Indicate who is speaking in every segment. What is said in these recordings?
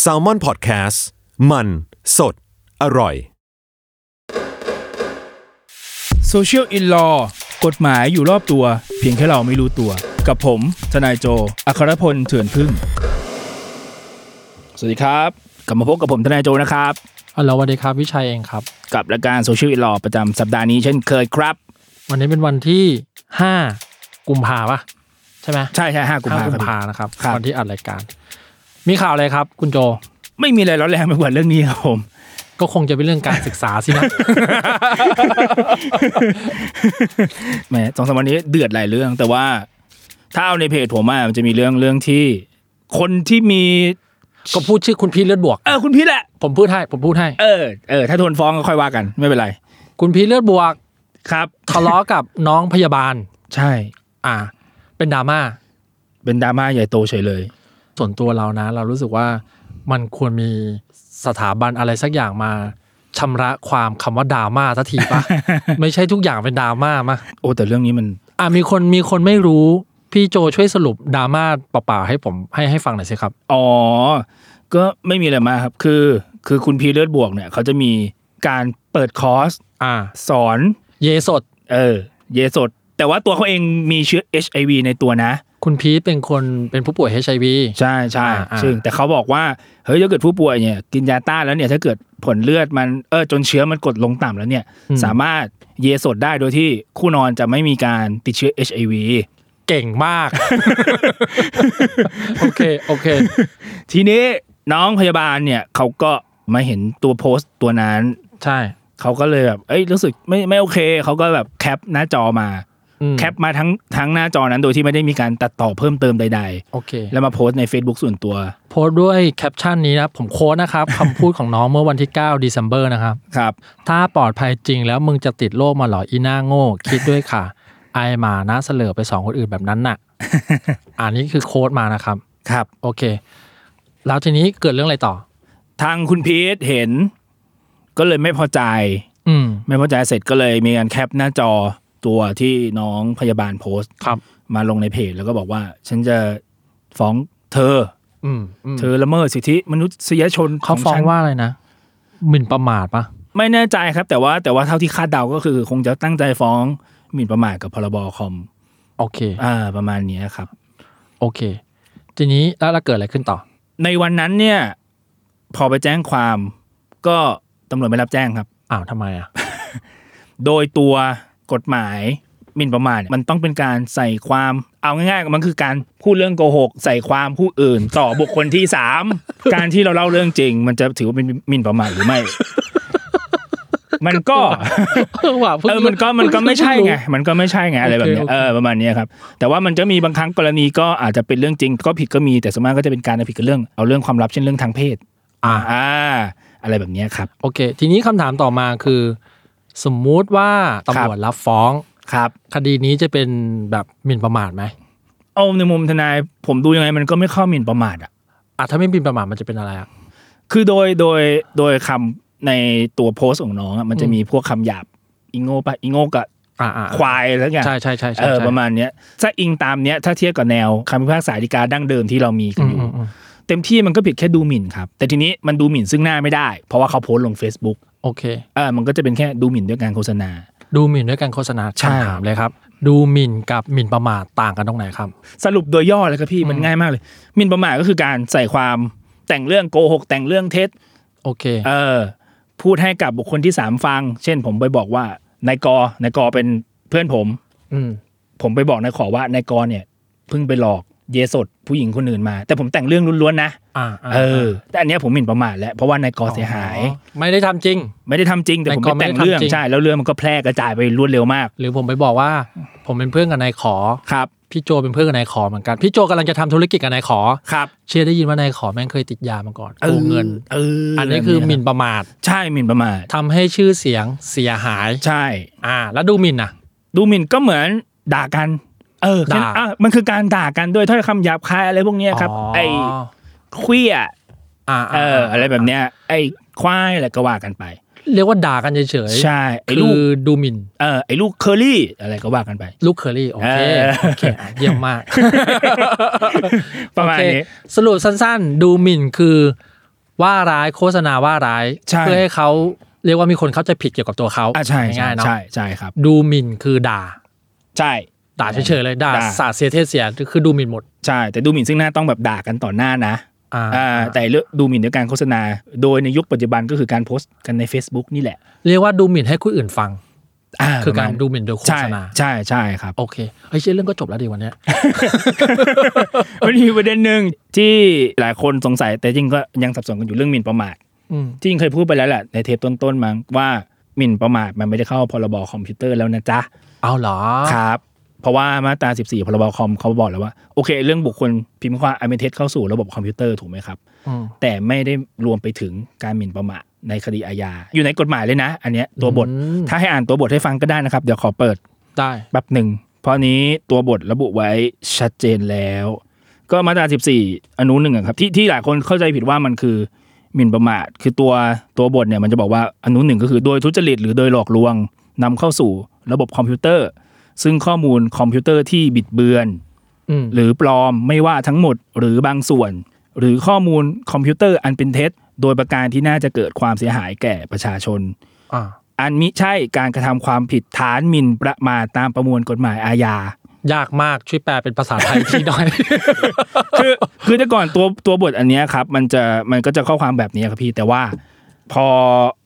Speaker 1: แซลมอนพอดแคสต์มันสดอร่อย
Speaker 2: Social in Law กฎหมายอยู่รอบตัว เพียงแค่เราไม่รู้ตัว กับผม ทนายโจ อัครพลเถื่อนพึ่ง สวัสดีครับ กลับมาพบกับผมทนายโจนะครับ
Speaker 3: ฮัลโหลสวัสดีครับ วิชัยเองครับ
Speaker 2: กับรายการ Social in Law ประจำสัปดาห์นี้เช่นเคยครับ
Speaker 3: วันนี้เป็นวันที่ 5 กุมภาปะใช่ไหม
Speaker 2: ใช่ใช่ห้ากุม
Speaker 3: ห้า
Speaker 2: ภา
Speaker 3: กุม
Speaker 2: พั
Speaker 3: ภาน
Speaker 2: ธ์
Speaker 3: นะครับ
Speaker 2: ครับ
Speaker 3: วันที่อัดรายการ มีข่าวอะไรครับ คุณโจ
Speaker 2: ไม่มีอะไรร้อนแรงไปกว่าเรื่องนี้ครับผม
Speaker 3: ก็คงจะเป็นเรื่องการศึกษาสินะ
Speaker 2: แหมสองสามวันนี้เดือดหลายเรื่อง แต่ว่าถ้าเอาในเพจผมอะมันจะมีเรื่องเรื่องที่ คนที่มี
Speaker 3: ก็พูดชื่อคุณพีทเลือดบวก
Speaker 2: เออคุณพี่แหละ
Speaker 3: ผมพูดให้ผมพูดให้
Speaker 2: เออเออถ้าโดนฟ้องก็ค่อยว่ากันไม่เป็นไร
Speaker 3: คุณพีทเลือดบวก
Speaker 2: ครับ
Speaker 3: ทะเลาะกับน้องพยาบาล
Speaker 2: ใช่
Speaker 3: อ่า เป็นดราม่า
Speaker 2: เป็นดราม่าใหญ่โตเฉยเลย
Speaker 3: ส่วนตัวเรานะ เรารู้สึกว่ามันควรมีสถาบันอะไรสักอย่างมาชำระความคำว่าดราม่าสักที ปะ ไม่ใช่ทุกอย่างเป็นดราม่ามา
Speaker 2: โอ้แต่เรื่องนี้มัน
Speaker 3: อ่ะมีคนมีคนไม่รู้ พี่โจช่วยสรุปดราม่าเปล่าๆให้ผมให้ให้ฟังหน่อยสิครับ
Speaker 2: อ๋อ ก็ไม่มีอะไรมากครับ คือ คือคุณพีเลือดบวกเนี่ยเขาจะมีการเปิดคอร์ส
Speaker 3: อ่า
Speaker 2: สอน
Speaker 3: เยสด
Speaker 2: เออ เยสด แต่ว่าตัวเขาเองมีเชื้อ HIV ในตัวนะ
Speaker 3: คุณพีทเป็นคนเป็นผู้ป่วย HIV
Speaker 2: ใช่ใช่
Speaker 3: อ่าอ่า
Speaker 2: ซึ่งแต่เขาบอกว่า เฮ้ยถ้าเกิดผู้ป่วยเนี่ย กินยาต้านแล้วเนี่ย ถ้าเกิดผลเลือดมัน เออ จนเชื้อมันกดลงต่ำแล้วเนี่ย สามารถเยสดได้โดยที่คู่นอนจะไม่มีการติดเชื้อ HIV
Speaker 3: เก่ง มาก โอเค โอเค
Speaker 2: ทีนี้น้องพยาบาลเนี่ยเขาก็มาเห็นตัวโพสต์ตัวนั้น
Speaker 3: ใช่
Speaker 2: เขาก็เลยแบบ เอ้ย รู้สึกไม่ไม่โอเค เขาก็แบบแคปหน้าจอมา
Speaker 3: อืม
Speaker 2: แคปมาทั้งทั้งหน้าจอนั้น โดยที่ไม่ได้มีการตัดต่อเพิ่มเติมใด
Speaker 3: โอเค
Speaker 2: ๆ แล้วมาโพสต์ใน Facebook ส่วนตัว
Speaker 3: โพสต์ด้วยแคปชั่นนี้นะ ผมโค้ดนะครับ คำพูดของน้องเมื่อวันที่ 9 d e c ember นะครับ
Speaker 2: ครับ
Speaker 3: ถ้าปลอดภัยจริงแล้วมึงจะติดโรคมาเหรออีหน้าโง่ คิดด้วยค่ะ ไอหมานะเสลอไปสองคนอื่นแบบ นั้นน่ะ อันนี้คือโค้ดมานะครับ
Speaker 2: ครับ
Speaker 3: โอเค แล้วทีนี้เกิดเรื่องอะไรต่อ
Speaker 2: ทางคุณพีทเห็น ก็เลยไม่พอใจ
Speaker 3: อืม
Speaker 2: ไม่พอใจเสร็จก็เลยมีการแคปหน้าจอตัวที่น้องพยาบาลโพสต์
Speaker 3: ครับ
Speaker 2: มาลงในเพจแล้วก็บอกว่า ฉันจะฟ้องเธอ
Speaker 3: อืมอืม
Speaker 2: เธอละเมิดสิทธิมนุษยชน
Speaker 3: เขาฟ้อง
Speaker 2: ฉัน
Speaker 3: ว่าอะไรนะหมิ่นประมาทปะ
Speaker 2: ไม่แน่ใจครับ แต่ว่าแต่ว่าเท่าที่คาดเดาก็คือ คงจะตั้งใจฟ้องหมิ่นประมาทกับพรบคอม
Speaker 3: โอเค
Speaker 2: อ่าประมาณเนี้ยครับ
Speaker 3: โอเค ทีนี้แล้วแล้วเกิดอะไรขึ้นต่อ
Speaker 2: ในวันนั้นเนี่ย พอไปแจ้งความ ก็ตำรวจไม่รับแจ้งครับ
Speaker 3: อ้าวทำไมอ่ะ
Speaker 2: โดยตัวกฎหมายหมิ่นประมาทเนี่ยมันต้องเป็นการใส่ความเอาง่ายๆมันคือการพูดเรื่องโกหก ใส่ความผู้อื่น ต่อบุคคลที่สาม การที่เราเล่าเรื่องจริง มันจะถือว่าเป็นหมิ่นประมาทหรือไม่ มันก็
Speaker 3: เออว่ะเพิ่ง
Speaker 2: เออ มันก็ มันก็ไม่ใช่ไง มันก็ไม่ใช่ไงอะไรแบบเนี้ย
Speaker 3: โอเคโอเค
Speaker 2: เออ ประมาณเนี้ยครับ แต่ว่ามันจะมีบางครั้งกรณีก็อาจจะเป็นเรื่องจริง ก็ผิดก็มี แต่ส่วนมากก็จะเป็นการเอาผิดกับเรื่อง เอาเรื่องความลับเช่นเรื่องทางเพศ
Speaker 3: อ่า
Speaker 2: อ่า อะไรแบบเนี้ยครับ
Speaker 3: โอเค ทีนี้คำถามต่อมาคือ สมมุติว่าตำรวจรับฟ้อง
Speaker 2: ครับ
Speaker 3: คดีนี้จะเป็นแบบหมิ่นประมาทไหม
Speaker 2: เอาในมุมทนาย ผมดูยังไงมันก็ไม่เข้าหมิ่นประมาทอ่ะ
Speaker 3: อ่ะถ้าไม่หมิ่นประมาทมันจะเป็นอะไรอ่ะ
Speaker 2: คือโดย โดย โดยคำในตัวโพสต์ของน้องอะมันจะ
Speaker 3: อืม
Speaker 2: มีพวกคำหยาบ อีโง่ปะอีโง่กับ
Speaker 3: อ่าอ่า
Speaker 2: ควายอะไรสักอย่าง
Speaker 3: ใช่ใช่ใช่ใช่
Speaker 2: เออ
Speaker 3: ใช่
Speaker 2: ประมาณเนี้ย ถ้าอิงตามเนี้ย ถ้าเทียบกับแนวคำพิพากษาฎีกาดั้งเดิมที่เรามีกันอ
Speaker 3: อืม
Speaker 2: ยู่
Speaker 3: อืมอืม
Speaker 2: เต็มที่มันก็ผิดแค่ดูหมิ่นครับ แต่ทีนี้มันดูหมิ่นซึ่งหน้าไม่ได้ เพราะว่าเขาโพสต์ลง Facebook
Speaker 3: โอเค
Speaker 2: เออมันก็จะเป็นแค่ดูหมิ่นด้วยการโฆษณา
Speaker 3: ดูหมิ่นด้วยการโฆษณา
Speaker 2: ใช่
Speaker 3: คำถามเลยครับ ดูหมิ่นกับหมิ่นประมาทต่างกันตรงไหนครับ
Speaker 2: สรุปโดยย่อเลยครับพี่มันง่ายมากเลยหมิ่นประมาทก็คือการใส่ความแต่งเรื่องโกหก แต่งเรื่องเท็จ
Speaker 3: โอเค
Speaker 2: เออพูดให้กับบุคคลที่สามฟัง เช่น ผมไปบอกว่านายกนายกเป็นเพื่อนผม
Speaker 3: อืม
Speaker 2: ผมไปบอกนายขอว่านายกเนี่ยเพิ่งไปหลอกเยสดผู้หญิงคนอื่นมา แต่ผมแต่งเรื่องล้วนๆนะ
Speaker 3: อ่าา
Speaker 2: เออแต่อันเนี้ยผมหมิ่นประมาทแล้วเพราะว่านายกเสียหาย
Speaker 3: อ๋อไม่ได้ทำจริง
Speaker 2: ไม่ได้ทำจริงแต่ผม
Speaker 3: นายก
Speaker 2: ไปแต่ง
Speaker 3: ไม่ได้ทำ
Speaker 2: เรื่อง
Speaker 3: จริง
Speaker 2: ใช่แล้วเรื่องมันก็แพร่กระจายไปรวดเร็วมาก
Speaker 3: หรือผมไปบอกว่า ผมเป็นเพื่อนกับนายขอ
Speaker 2: ครับ
Speaker 3: พี่โจเป็นเพื่อนกับนายขอเหมือนกัน พี่โจกำลังจะทำธุรกิจกับนายขอ
Speaker 2: ครับ
Speaker 3: เชียร์ได้ยินว่านายขอแม่งเคยติดยามาก่อนโกงเงิน
Speaker 2: เออ
Speaker 3: อั
Speaker 2: อั
Speaker 3: นนี้คือหมิ่นประมาท
Speaker 2: ใช่หมิ่นประมาท
Speaker 3: ทำให้ชื่อเสียงเสียหาย
Speaker 2: ใช่
Speaker 3: อ่า แล้วดูหมิ่นนะ
Speaker 2: ดูหมิ่นก็เหมือนด่ากัน เออแค่นั้น
Speaker 3: ด่า
Speaker 2: อ่ะมันคือการด่ากันด้วยถ้อยคำหยาบคายอะไรพวกเนี้ยครับ ไอ้เควี้ย
Speaker 3: อ่า
Speaker 2: เออ อะไรแบบเนี้ย ไอ้ควายอะไรก็ว่ากันไป
Speaker 3: เรียกว่าด่ากันเฉยๆ
Speaker 2: ใช่ไอ้
Speaker 3: คื
Speaker 2: ลูก
Speaker 3: อดูหมิ่น
Speaker 2: เออไอ้ลูกเคอรี่อะไรก็ว่ากันไป
Speaker 3: ลูกเคอรี่ โอเค
Speaker 2: เออ
Speaker 3: โอเคอ่ะเยี่ยมมาก
Speaker 2: ประมาณ
Speaker 3: โอเค
Speaker 2: นี้
Speaker 3: สรุปสั้นๆ ดูหมิ่นคือ ว่าร้ายโฆษณาว่าร้าย
Speaker 2: ใช่
Speaker 3: เพื่อให้เขาเรียกว่ามีคนเข้าใจผิดเกี่ยวกับตัวเขา
Speaker 2: อ่ะใช่ใช่
Speaker 3: ง่ายๆเนาะ
Speaker 2: ใช่ใช่ครับ
Speaker 3: ดูหมิ่นคือด่า
Speaker 2: ใช่
Speaker 3: ด่าเฉยๆเลยด่า
Speaker 2: ด่า
Speaker 3: สาดเสียเทเสียคือดูหมิ่นหมด
Speaker 2: ใช่ แต่ดูหมิ่นซึ่งหน้าต้องแบบด่ากันต่อหน้านะ
Speaker 3: อ่า
Speaker 2: อ่าแต่เลือกดูหมิ่นด้วยการโฆษณา โดยในยุคปัจจุบันก็คือการโพสต์กันใน Facebook นี่แหละ
Speaker 3: เรียกว่าดูหมิ่นให้คนอื่นฟัง คือการดู
Speaker 2: ปะมณ
Speaker 3: หมิ่นโดยโฆ
Speaker 2: ใช่
Speaker 3: ษณา
Speaker 2: ใช่ใช่ครับ
Speaker 3: โอเคไอ้ยเชี่ยเรื่องก็จบแล้วดีวันเนี้ย
Speaker 2: มันมีประเด็นหนึ่งที่หลายคนสงสัยแต่จริงก็ยังสับสนกันอยู่เรื่องหมิ่นประมาท
Speaker 3: อืม
Speaker 2: จริงเคยพูดไปแล้วแหละในเทปต้นๆมั้งว่าหมิ่นประมาทมันไม่ได้เข้าพรบคอมพิวเตอร์แล้วนะจ๊ะ
Speaker 3: เอาเหรอ
Speaker 2: ครับ เพราะว่ามาตรา 14 พรบคอมเขาบอกแล้วว่าโอเค เรื่องบุคคลพิมพ์ความอันเป็นเท็จเข้าสู่ระบบคอมพิวเตอร์ถูกไหมครับ
Speaker 3: อืม
Speaker 2: แต่ไม่ได้รวมไปถึงการหมิ่นประมาทในคดีอาญาอยู่ในกฎหมายเลยนะ อันเนี้ยตัวบท
Speaker 3: อืม
Speaker 2: ถ้าให้อ่านตัวบทให้ฟังก็ได้นะครับเดี๋ยวขอเปิด
Speaker 3: ได้
Speaker 2: แป๊บหนึ่ง เพราะนี้ตัวบทระบุไว้ชัดเจนแล้ว ก็มาตรา 14 อนุหนึ่งอะครับที่ที่หลายคนเข้าใจผิดว่ามันคือหมิ่นประมาท คือตัวตัวบทเนี่ยมันจะบอกว่าอนุหนึ่งก็คือโดยทุจริตหรือโดยหลอกลวงนำเข้าสู่ระบบคอมพิวเตอร์ ซึ่งข้อมูลคอมพิวเตอร์ที่บิดเบือน
Speaker 3: อืม
Speaker 2: หรือปลอมไม่ว่าทั้งหมดหรือบางส่วน หรือข้อมูลคอมพิวเตอร์อันเป็นเท็จ โดยประการที่น่าจะเกิดความเสียหายแก่ประชาชน
Speaker 3: อ่า
Speaker 2: อันมิใช่การกระทำความผิดฐานหมิ่นประมาทตามประมวลกฎหมายอาญา
Speaker 3: ยากมากช่วยแปลเป็นภาษาไทยทีห น่อย
Speaker 2: คือคือแต่ก่อนตัวตัวบทอันเนี้ยครับ มันจะมันก็จะข้อความแบบนี้ครับพี่แต่ว่า พอ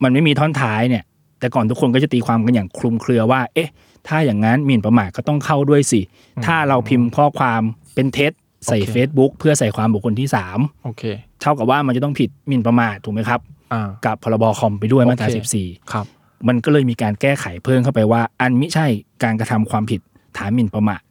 Speaker 2: มันไม่มีท่อนท้ายเนี่ย แต่ก่อนทุกคนก็จะตีความกันอย่างคลุมเครือว่า เอ๊ะ ถ้าอย่างนั้นหมิ่นประมาทก็ต้องเข้าด้วยสิ ถ้าเราพิมพ์ข้อความเป็นเท็จใส่
Speaker 3: โอเค
Speaker 2: Facebook เพื่อใส่ความบุคคลที่ 3
Speaker 3: โอเค
Speaker 2: เท่ากับว่ามันจะต้องผิดหมิ่นประมาทถูกไหมครับ
Speaker 3: อ่า
Speaker 2: กับพรบคอมไปด้วยมาตรา
Speaker 3: โอเค
Speaker 2: 14
Speaker 3: ครับ
Speaker 2: มันก็เลยมีการแก้ไขเพิ่มเข้าไปว่า อันมิใช่การกระทำความผิดฐานหมิ่นประมาท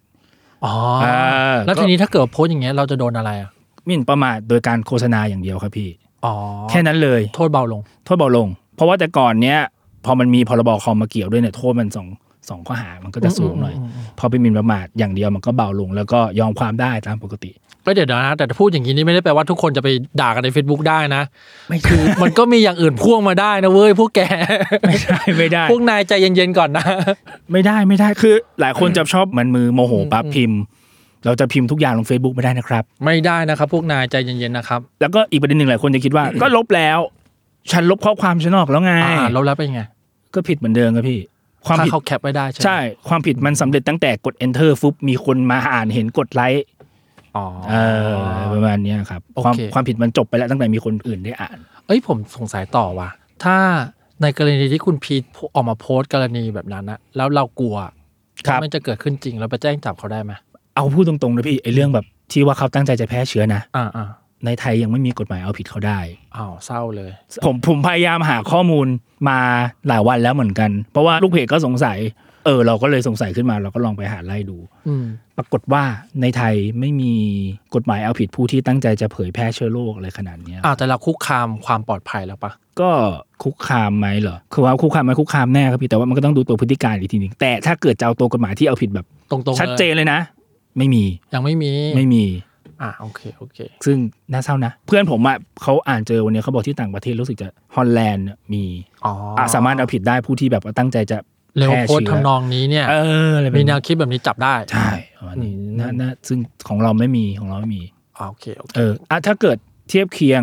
Speaker 3: อ๋อ
Speaker 2: อ่า
Speaker 3: แล้ว
Speaker 2: ก็
Speaker 3: ทีนี้ถ้าเกิดโพสต์อย่างเงี้ยเราจะโดนอะไรอ่ะ
Speaker 2: หมิ่นประมาทโดยการโฆษณาอย่างเดียวครับพี่
Speaker 3: อ๋อ
Speaker 2: แค่นั้นเลย
Speaker 3: โทษเบาลง
Speaker 2: โทษเบาลง เพราะว่าแต่ก่อนเนี้ยพอมันมีพรบคอมมาเกี่ยวด้วยเนี่ยโทษมันสองสองข้อหามันก็จะสูงหน่อย พอเป็นหมิ่นประมาทอย่างเดียวมันก็เบาลง แล้วก็ยอมความได้ตามปกติ
Speaker 3: ก็เดี๋ยวนะ แต่ถ้าพูดอย่างนี้นี่ไม่ได้แปลว่าทุกคนจะไปด่ากันใน Facebook ได้นะ
Speaker 2: ไม่คือ
Speaker 3: มันก็มีอย่างอื่นพ่วงมาได้นะเว้ย พวกแก
Speaker 2: ไม่ได้ไม่ได้
Speaker 3: พวกนายใจเย็นๆก่อนนะ
Speaker 2: ไม่ได้ไม่ได้คือหลายคนจะชอบมันมือโมโหปั๊บพิมพ์ เราจะพิมพ์ทุกอย่างลง Facebook ไม่ได้นะครับ
Speaker 3: ไม่ได้นะครับ พวกนายใจเย็นๆนะครับ
Speaker 2: แล้วก็อีกประเด็นหนึ่งหลายคนจะคิดว่า ก็ลบแล้ว ฉันลบข้อความฉันออกแล้วไง
Speaker 3: อ่าลบแล้วเป็นไง
Speaker 2: ก็ผิดเหมือนเดิมครับพี่ ความ
Speaker 3: ถ้า
Speaker 2: ผิด
Speaker 3: เขาแคปไว้ได้ใช่ไหม
Speaker 2: ใช่ ความผิดมันสำเร็จตั้งแต่กด enter ฟุบมีคนมาอ่านเห็นกดไลค์
Speaker 3: อ๋อ
Speaker 2: เออประมาณเนี้ยครับ
Speaker 3: โอ
Speaker 2: ค
Speaker 3: เค
Speaker 2: วามความผิดมันจบไปแล้วตั้งแต่มีคนอื่นได้อ่าน
Speaker 3: เอ้ยผมสงสัยต่อว่ะ ถ้าในกรณีที่คุณพีทออกมาโพสต์กรณีแบบนั้นนะแล้วเรากลัว
Speaker 2: ครับ
Speaker 3: ว่ามันจะเกิดขึ้นจริงเราไปแจ้งจับเขาได้ไหม
Speaker 2: เอาพูดตรงๆนะพี่ไอ้เรื่องแบบที่ว่าเขาตั้งใจจะแพร่เชื้อนะ
Speaker 3: อ่าอ่า
Speaker 2: ในไทยยังไม่มีกฎหมายเอาผิดเขาได้
Speaker 3: อ้าวเศร้าเลย
Speaker 2: ผมผมพยายามหาข้อมูลมาหลายวันแล้วเหมือนกัน เพราะว่าลูกเพจก็สงสัย เออ เราก็เลยสงสัยขึ้นมา เราก็ลองไปหาไล่ดู
Speaker 3: อืม
Speaker 2: ปรากฏว่าในไทยไม่มีกฎหมายเอาผิดผู้ที่ตั้งใจจะเผยแพร่เชื้อโรคอะไรขนาดเนี้ย
Speaker 3: อ่าวแต่เราคุกคามความปลอดภัยแล้วปะ
Speaker 2: ก็คุกคามไหมเหรอคือว่าคุกคามไหมคุกคามแน่ครับพี่แต่ว่ามันก็ต้องดูตัวพฤติการอีกทีหนึงแต่ถ้าเกิดจะเอาตัวกฎหมายที่เอาผิดแบบ
Speaker 3: ตรงๆลย
Speaker 2: ชัดเจนเลยนะ ไม่มี
Speaker 3: ยังไม่มี
Speaker 2: ไม่มี
Speaker 3: อ่าโอเคโอเค
Speaker 2: ซึ่งน่าเศร้านะ เพื่อนผมอ่ะเขาอ่านเจอวันนี้เขาบอกที่ต่างประเทศรู้สึกจะฮอลแลนด์มี
Speaker 3: อ๋ออะ
Speaker 2: สามารถเอาผิดได้ผู้ที่แบบว่าตั้งใจจะ
Speaker 3: เร็ว
Speaker 2: แพร่
Speaker 3: โพสต์
Speaker 2: เชื้
Speaker 3: ทำนองนี้เนี่ย
Speaker 2: เอออะไรแบบ
Speaker 3: มี
Speaker 2: นี้
Speaker 3: แนวคิดแบบนี้จับได้
Speaker 2: ใช่ประมาณนี้น่าน่าซึ่งของเราไม่มีของเราไม่มี
Speaker 3: อ่าโอเคโอเค
Speaker 2: เอออ่ะถ้าเกิดเทียบเคียง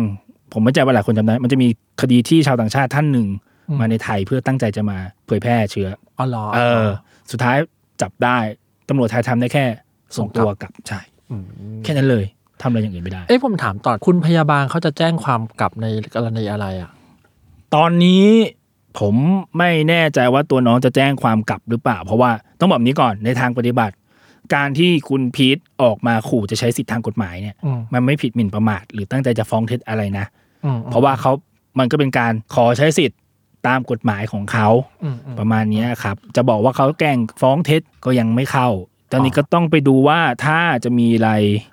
Speaker 2: ผมไม่ใจว่าหลายคนจำได้ มันจะมีคดีที่ชาวต่างชาติท่านหนึ่งมาในไทยเพื่อตั้งใจจะมาเผยแพร่เชื้อ
Speaker 3: อ๋อเหรอ
Speaker 2: เออ สุดท้ายจับได้ตำรวจไทยทำได้แค่ส่งตัวกลับใช่
Speaker 3: ม
Speaker 2: แค่นั้นเลยทำอะไรอย่างอื่นไม่ได้
Speaker 3: เอ้ยผมถามต่อคุณพยาบาลเขาจะแจ้งความกลับในกรณีอะไรอ่ะ
Speaker 2: ตอนนี้ผมไม่แน่ใจว่าตัวน้องจะแจ้งความกลับหรือเปล่า เพราะว่าต้องบอกแบบนี้ก่อนในทางปฏิบัติ การที่คุณพีทออกมาขู่จะใช้สิทธิทางกฎหมายเนี่ย
Speaker 3: อืม
Speaker 2: มันไม่ผิดหมิ่นประมาทหรือตั้งใจจะฟ้องเท็จอะไรนะ
Speaker 3: อืม
Speaker 2: เพราะว่าเขามันก็เป็นการขอใช้สิทธิ์ตามกฎหมายของเขา
Speaker 3: อืมอืม
Speaker 2: ประมาณเนี้ยครับ จะบอกว่าเขาแกล้งฟ้องเท็จก็ยังไม่เข้า ตอนนี้ก็ต้องไปดูว่าถ้าจะมีอะไร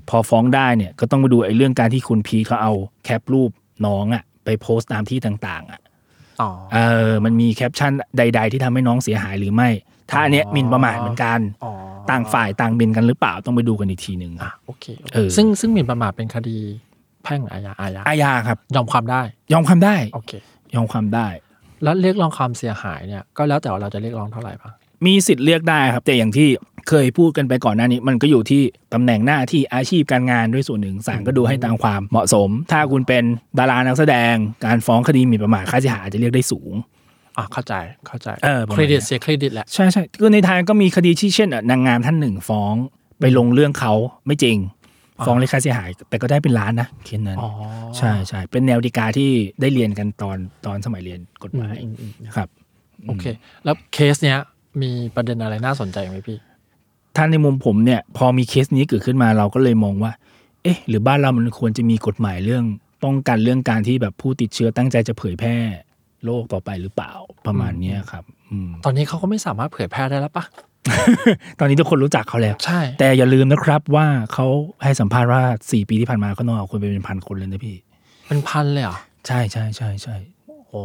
Speaker 2: พอฟ้องได้เนี่ย ก็ต้องไปดูไอ้เรื่องการที่คุณพีทเขาเอาแคปรูปน้องอะไปโพสต์ตามที่ต่างๆอะ
Speaker 3: อ๋อ
Speaker 2: เออมันมีแคปชั่นใด ๆ ที่ทำให้น้องเสียหายหรือไม่ ถ้าอันเนี้ยหมินประมาทเหมือนกัน
Speaker 3: อ๋อ
Speaker 2: ต่างฝ่ายต่างบินกันหรือเปล่าต้องไปดูกันอีกทีหนึ่ง
Speaker 3: อ่ะ
Speaker 2: อะ
Speaker 3: โอเคโอเค
Speaker 2: เออ
Speaker 3: ซึ่งซึ่งหมิ่นประมาทเป็นคดีแพ่งหรืออาญาอาญา
Speaker 2: อาญาครับ
Speaker 3: ยอมความได้
Speaker 2: ยอมความได้
Speaker 3: โอเค
Speaker 2: ยอมความได้
Speaker 3: แล้วเรียกร้องความเสียหายเนี่ยก็แล้วแต่ว่าเราจะเรียกร้องเท่าไหร่ปะ
Speaker 2: มีสิทธิ์เลือกได้ครับ แต่อย่างที่เคยพูดกันไปก่อนหน้านี้ มันก็อยู่ที่ตำแหน่งหน้าที่อาชีพการงานด้วยส่วนหนึ่งศาลก็ดูให้ตามความเหมาะสม ถ้าคุณเป็นดารานักแสดง การฟ้องคดีหมิ่นประมาทค่าเสียหายอาจจะเรียกได้สูง
Speaker 3: อ่ะเข้าใจเข้าใจ
Speaker 2: เออประมาณ
Speaker 3: เครดิต
Speaker 2: เนี้ย
Speaker 3: เสียเครดิตแหละ
Speaker 2: ใช่ใช่คือในไทยก็มีคดีที่เช่นอ่ะนางงามท่านหนึ่งฟ้องไปลงเรื่องเขาไม่จริง ฟ้องเรียกค่าเสียหาย แต่ก็ได้เป็นล้านนะเคสนั้น
Speaker 3: อ๋อ
Speaker 2: ใช่ใช่เป็นแนวดีกาที่ได้เรียนกันตอนตอนสมัยเรียนกฎหมายครับ
Speaker 3: โอเค แล้วเคสเนี้ยมีประเด็นอะไรน่าสนใจไหมพี่
Speaker 2: ถ้าในมุมผมเนี่ยพอมีเคสนี้เกิดขึ้นมาเราก็เลยมองว่า เอ๊ะ หรือบ้านเรามันควรจะมีกฎหมายเรื่อง ป้องกันเรื่องการที่แบบผู้ติดเชื้อตั้งใจจะเผยแพร่โรคต่อไปหรือเปล่าประมาณเนี้ยครับอืม
Speaker 3: ตอนนี้เขาก็ไม่สามารถเผยแพร่ได้แล้วปะ
Speaker 2: ตอนนี้ทุกคนรู้จักเขาแล้ว
Speaker 3: ใช่
Speaker 2: แต่อย่าลืมนะครับว่าเขาให้สัมภาษณ์ว่า 4 ปีที่ผ่านมาเขานอกคนไปเป็นพันคนเลยนะพี่
Speaker 3: เป็นพันเลยเหรอ
Speaker 2: ใช่ใช่ใช่ใช่
Speaker 3: โอ้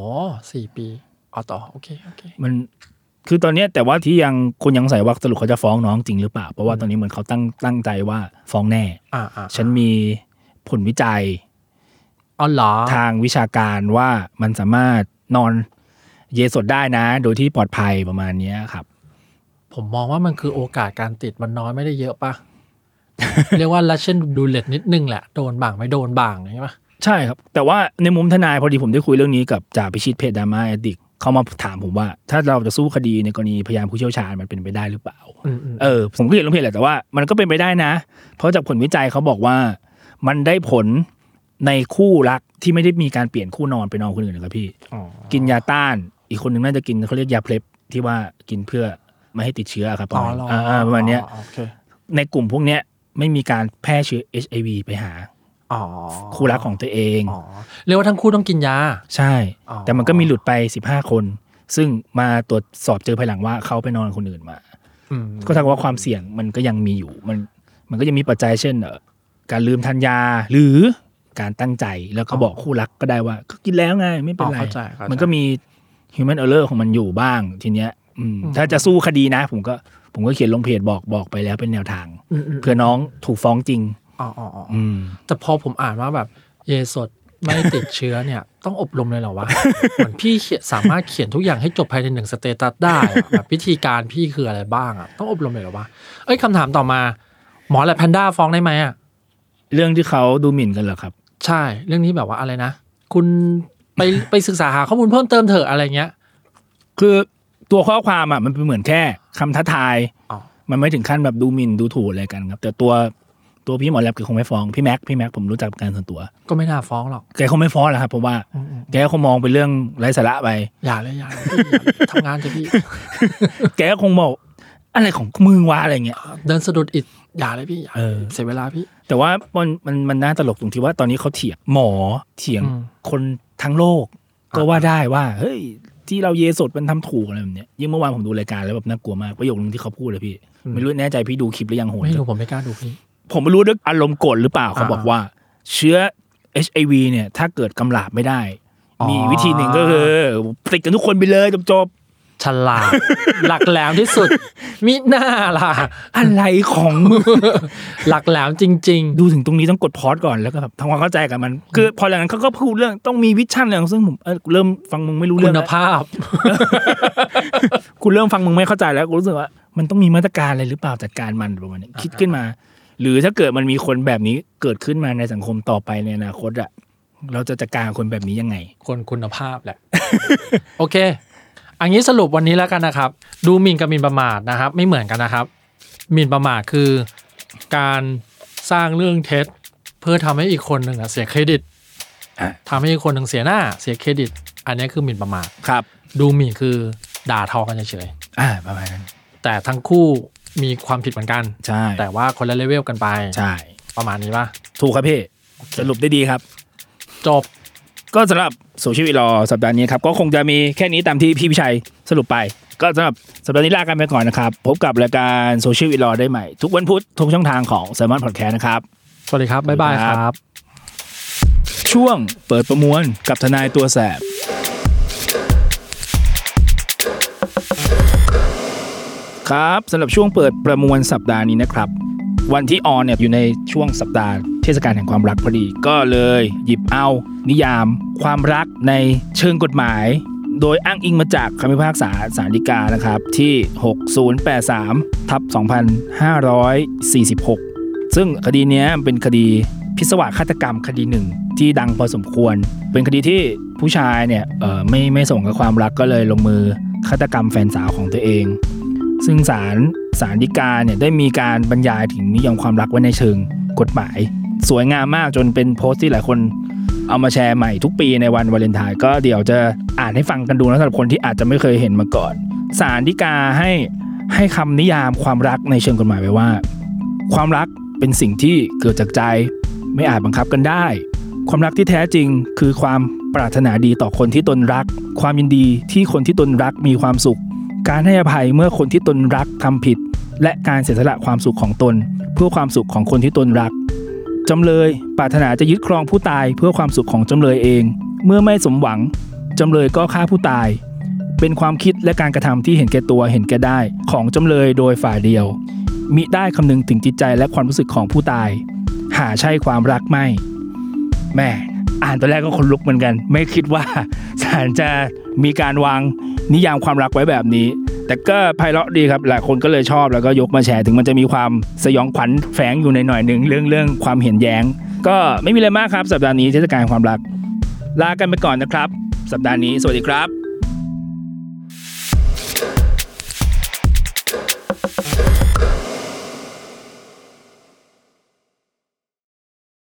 Speaker 3: สี่ปีอ๋อต่อโอเคโอเค
Speaker 2: มันคือตอนเนี้ยแต่ว่าที่ยังคนยังใส่ว่าสรุปเขาจะฟ้องน้องจริงหรือเปล่า เพราะว่าตอนนี้เหมือนเขาตั้งตั้งใจว่าฟ้องแน่
Speaker 3: อ่าอ่า
Speaker 2: ฉันมีผลวิจัย
Speaker 3: อ๋อเหรอ
Speaker 2: ทางวิชาการว่ามันสามารถนอนเยสดได้นะ โดยที่ปลอดภัยประมาณเนี้ยครับ
Speaker 3: ผมมองว่ามันคือโอกาสการติดมันน้อยไม่ได้เยอะปะ เรียกว่าลัชเช่นดูเลตนิดนึงแหละโดนบางไม่โดนบางใช่ปะ
Speaker 2: ใช่ครับ แต่ว่าในมุมทนายพอดีผมได้คุยเรื่องนี้กับจ่าพิชิตเพชรดราม่าอดิกเขามาถามผมว่า ถ้าเราจะสู้คดีในกรณีพยานผู้เชี่ยวชาญมันเป็นไปได้หรือเปล่า เออผมก็เห็นลงเพจแหละแต่ว่ามันก็เป็นไปได้นะ เพราะจากผลวิจัยเขาบอกว่า มันได้ผลในคู่รักที่ไม่ได้มีการเปลี่ยนคู่นอนไปนอนคนอื่นนะครับพี่ กินยาต้านอีกคนหนึ่งน่าจะกินเขาเรียกยาเพล็บที่ว่ากินเพื่อไม่ให้ติดเชื้อครับประมาณ
Speaker 3: อ๋อเหรอ
Speaker 2: อ่าอ่าประมาณเนี้ย
Speaker 3: อ๋อโอเค
Speaker 2: ในกลุ่มพวกเนี้ยไม่มีการแพร่เชื้อ HIV ไปหา
Speaker 3: อ๋อ
Speaker 2: คู่รักของตัวเอง
Speaker 3: อ๋อเรียกว่าทั้งคู่ต้องกินยา
Speaker 2: ใช่
Speaker 3: อ๋อ
Speaker 2: แต่มันก็มีหลุดไป 15 คน ซึ่งมาตรวจสอบเจอภายหลังว่าเขาไปนอนกับคนอื่นมา
Speaker 3: อืม
Speaker 2: ก็เท่ากับว่าความเสี่ยงมันก็ยังมีอยู่ มันมันก็ยังมีปัจจัยเช่นเอ่อการลืมทานยาหรือการตั้งใจแล้วก็บอกคู่รักก็ได้ว่าก็กินแล้วไงไม่เป็น
Speaker 3: อ๋อ
Speaker 2: ไร
Speaker 3: เข้าใจเข้าใจ
Speaker 2: มันก็มี human error ของมันอยู่บ้างทีเนี้ยอืม
Speaker 3: อืม
Speaker 2: ถ้าจะสู้คดีนะ ผมก็ผมก็เขียนลงเพจบอกบอกไปแล้วเป็นแนวทาง
Speaker 3: มม
Speaker 2: เพื่อน้องถูกฟ้องจริง
Speaker 3: อ๋ออ๋ออ๋อ
Speaker 2: อืม
Speaker 3: แต่พอผมอ่านว่าแบบเยสดไม่ติดเชื้อเนี่ย ต้องอบรมเลยเหรอวะ เหมือนพี่เขียนสามารถเขียนทุกอย่างให้จบภายในหนึ่งสเตตัสได้อะแบบวิธีการพี่คืออะไรบ้างอ่ะต้องอบรมเลยเหรอวะเอ้ยคำถามต่อมา หมอและแพนด้าฟ้องได้ไหมอ่ะ
Speaker 2: เรื่องที่เขาดูหมิ่นกันเหรอครับ
Speaker 3: ใช่ เรื่องนี้แบบว่าอะไรนะ คุณไปไปศึกษาหาข้อมูลเพิ่มเติมเถอะอะไรเงี้ย
Speaker 2: คือตัวข้อความอ่ะมันเป็นเหมือนแค่คำท้าทาย
Speaker 3: อ๋อ
Speaker 2: มันไม่ถึงขั้นแบบดูหมิ่นดูถูกอะไรกันครับ แต่ตัวตัวพี่หมอแลบแกคงไม่ฟ้องพี่แม็กพี่แม็กผมรู้จักเป็นการส่วนตัว
Speaker 3: ก็ไม่น่าฟ้องหรอก
Speaker 2: แกคงไม่ฟ้องแหละครับเพราะว่า
Speaker 3: อืมอืม
Speaker 2: แกคงมองเป็นเรื่องไร้สา ระไป
Speaker 3: อย่าเลยอย่าเลยพี่อย่าเลยทำงานจะพี่
Speaker 2: แกก็คงบอกอะไรของมึงวะอะไรเงี้ย
Speaker 3: เดินสะดุดอิดอย่าเลยพี่อย่า
Speaker 2: เออ
Speaker 3: เสียเวลาพี่
Speaker 2: แต่ว่ามันมันมันน่าตลกตรงที่ว่าตอนนี้เขาเถียงหมอเถียง
Speaker 3: อืม
Speaker 2: คนทั้งโลก ก็ว่าได้ว่า เฮ้ย ที่เราเยสดมันทำถูกอะไรแบบเนี้ยยิ่งเมื่อวานผมดูรายการแล้วแบบน่ากลัวมากประโยคนึงที่เขาพูดเลยพี่ ไม่รู้แน่ใจพี่ดูคลิปหรือยังโหน
Speaker 3: ไม่รู้ผมไม่กล้าดูพี่
Speaker 2: ผมไม่รู้ด้วยอารมณ์โกรธหรือเปล่าเขา
Speaker 3: อ่า
Speaker 2: บอกว่า เชื้อ HIV เนี่ย ถ้าเกิดกำลาบไม่ได้
Speaker 3: อ๋อ
Speaker 2: มีวิธีหนึ่งก็คือติดกันทุกคนไปเลยจบ
Speaker 3: ฉลาด หลักแหลมที่สุด มิหน้าล่ะ
Speaker 2: ๆอะไรของมึ ง
Speaker 3: หลักแหลมจริง
Speaker 2: ดูถึงตรงนี้ต้องกดพอดก่อนแล้วก็แบบทำความเข้าใจกับมัน คือพอหลังนั้นเขาก็พูดเรื่องต้องมีวิชั่นอะไรของซึ่งผมเออเริ่มฟังมึงไม่รู้
Speaker 3: ๆ
Speaker 2: เรื่
Speaker 3: คุ
Speaker 2: อง
Speaker 3: ณ
Speaker 2: แล้ว
Speaker 3: ภาพ
Speaker 2: กูเริ่มฟังมึงไม่เข้าใจแล้วกูรู้สึกว่า มันต้องมีมาตรการอะไรหรือเปล่าจัดการมันประมาณนี้คิดขึ้นมา หรือถ้าเกิดมันมีคนแบบนี้เกิดขึ้นมาในสังคมต่อไปในอนาคตอะเราจะจัดการกับคนแบบนี้ยังไง
Speaker 3: คนคุณภาพแหละ โอเค อันนี้สรุปวันนี้แล้วกันนะครับ ดูหมิ่นกับหมิ่นประมาทนะครับ ไม่เหมือนกันนะครับหมิ่นประมาทคือ การสร้างเรื่องเท็จ เพื่อทำให้อีกคนหนึ่งอะเสียเครดิต
Speaker 2: อ่ะ
Speaker 3: ทำให้อีกคนหนึ่งเสียหน้า เสียเครดิต อันนี้คือหมิ่นประมาท
Speaker 2: ครับ
Speaker 3: ดูหมิ่นคือด่าทอกันเฉย
Speaker 2: อ่าประมาณนั้น
Speaker 3: ๆแต่ทั้งคู่มีความผิดเหมือนกัน
Speaker 2: ใช่
Speaker 3: แต่ว่าคนละเลเวลกันไป
Speaker 2: ใช่
Speaker 3: ประมาณนี้ป่ะ
Speaker 2: ถูกครับพี่ สรุปได้ดีครับ
Speaker 3: จบ
Speaker 2: ก็สำหรับสูชีวิตรอสัปดาห์นี้ครับ ก็คงจะมีแค่นี้ตามที่พี่พิชัยสรุปไป ก็สำหรับสัปดาห์นี้ลากันไปก่อนนะครับ พบกับรายการโซเชียลวิลอได้ใหม่ ทุกวันพุธทุกช่องทางของ s ซ l m o n Podcast นะครับ
Speaker 3: สวัสดีครับ บ๊ายบาย
Speaker 2: สวัสดีค
Speaker 3: ค
Speaker 2: รับ
Speaker 3: รับ
Speaker 2: ช่วงเปิดประมวลกับทนายตัวแสบครับสำหรับช่วงเปิดประมวลสัปดาห์นี้นะครับ วันที่ออนเนี่ยอยู่ในช่วงสัปดาห์เทศกาลแห่งความรักพอดี ก็เลยหยิบเอานิยาม ความรักในเชิงกฎหมาย โดยอ้างอิงมาจากคำพิพากษาสารฎีกานะครับ ที่ 6083ทับ2546 ซึ่งคดีเนี้ยเป็นคดีพิศวาสฆาตกรรมคดีหนึ่งที่ดังพอสมควร เป็นคดีที่ผู้ชายเนี่ยเอ่อไม่ไม่ส่งกับความรักก็เลยลงมือฆาตกรรมแฟนสาวของตัวเอง ซึ่งศาลศาลฎีกาเนี่ยได้มีการบรรยายถึงนิยามความรักไว้ในเชิงกฎหมาย สวยงามมากจนเป็นโพสต์ที่หลายคนเอามาแชร์ใหม่ทุกปีในวันวาเลนไทน์ก็เดี๋ยวจะอ่านให้ฟังกันดูนะสำหรับคนที่อาจจะไม่เคยเห็นมาก่อนศาลฎีกาให้ให้คำนิยามความรักในเชิงกฎหมายไว้ว่า ความรักเป็นสิ่งที่เกิดจากใจ ไม่อาจบังคับกันได้ ความรักที่แท้จริง คือความปรารถนาดีต่อคนที่ตนรัก ความยินดีที่คนที่ตนรักมีความสุข การให้อภัยเมื่อคนที่ตนรักทำผิด และการเสียสละความสุขของตน เพื่อความสุขของคนที่ตนรัก จำเลยปรารถนาจะยึดครองผู้ตายเพื่อความสุขของจำเลยเอง เมื่อไม่สมหวัง จำเลยก็ฆ่าผู้ตาย เป็นความคิดและการกระทำที่เห็นแก่ตัวเห็นแก่ได้ ของจำเลยโดยฝ่ายเดียว มิได้คำนึงถึงจิตใจและความรู้สึกของผู้ตาย หาใช่ความรักไม่แม่อ่านตอนแรกก็ขนลุกเหมือนกัน ไม่คิดว่า ศาลจะมีการวางนิยามความรักไว้แบบนี้ แต่ก็ไพเราะดีครับหลายคนก็เลยชอบแล้วก็ยกมาแชร์ถึงมันจะมีความสยองขวัญแฝงอยู่ในหน่อยหนึ่งเรื่องเรื่องความเห็นแย้ง ก็ไม่มีอะไรมากครับ สัปดาห์นี้เทศกาลแห่งความรัก ลากันไปก่อนนะครับ สัปดาห์นี้สวัสดีครับ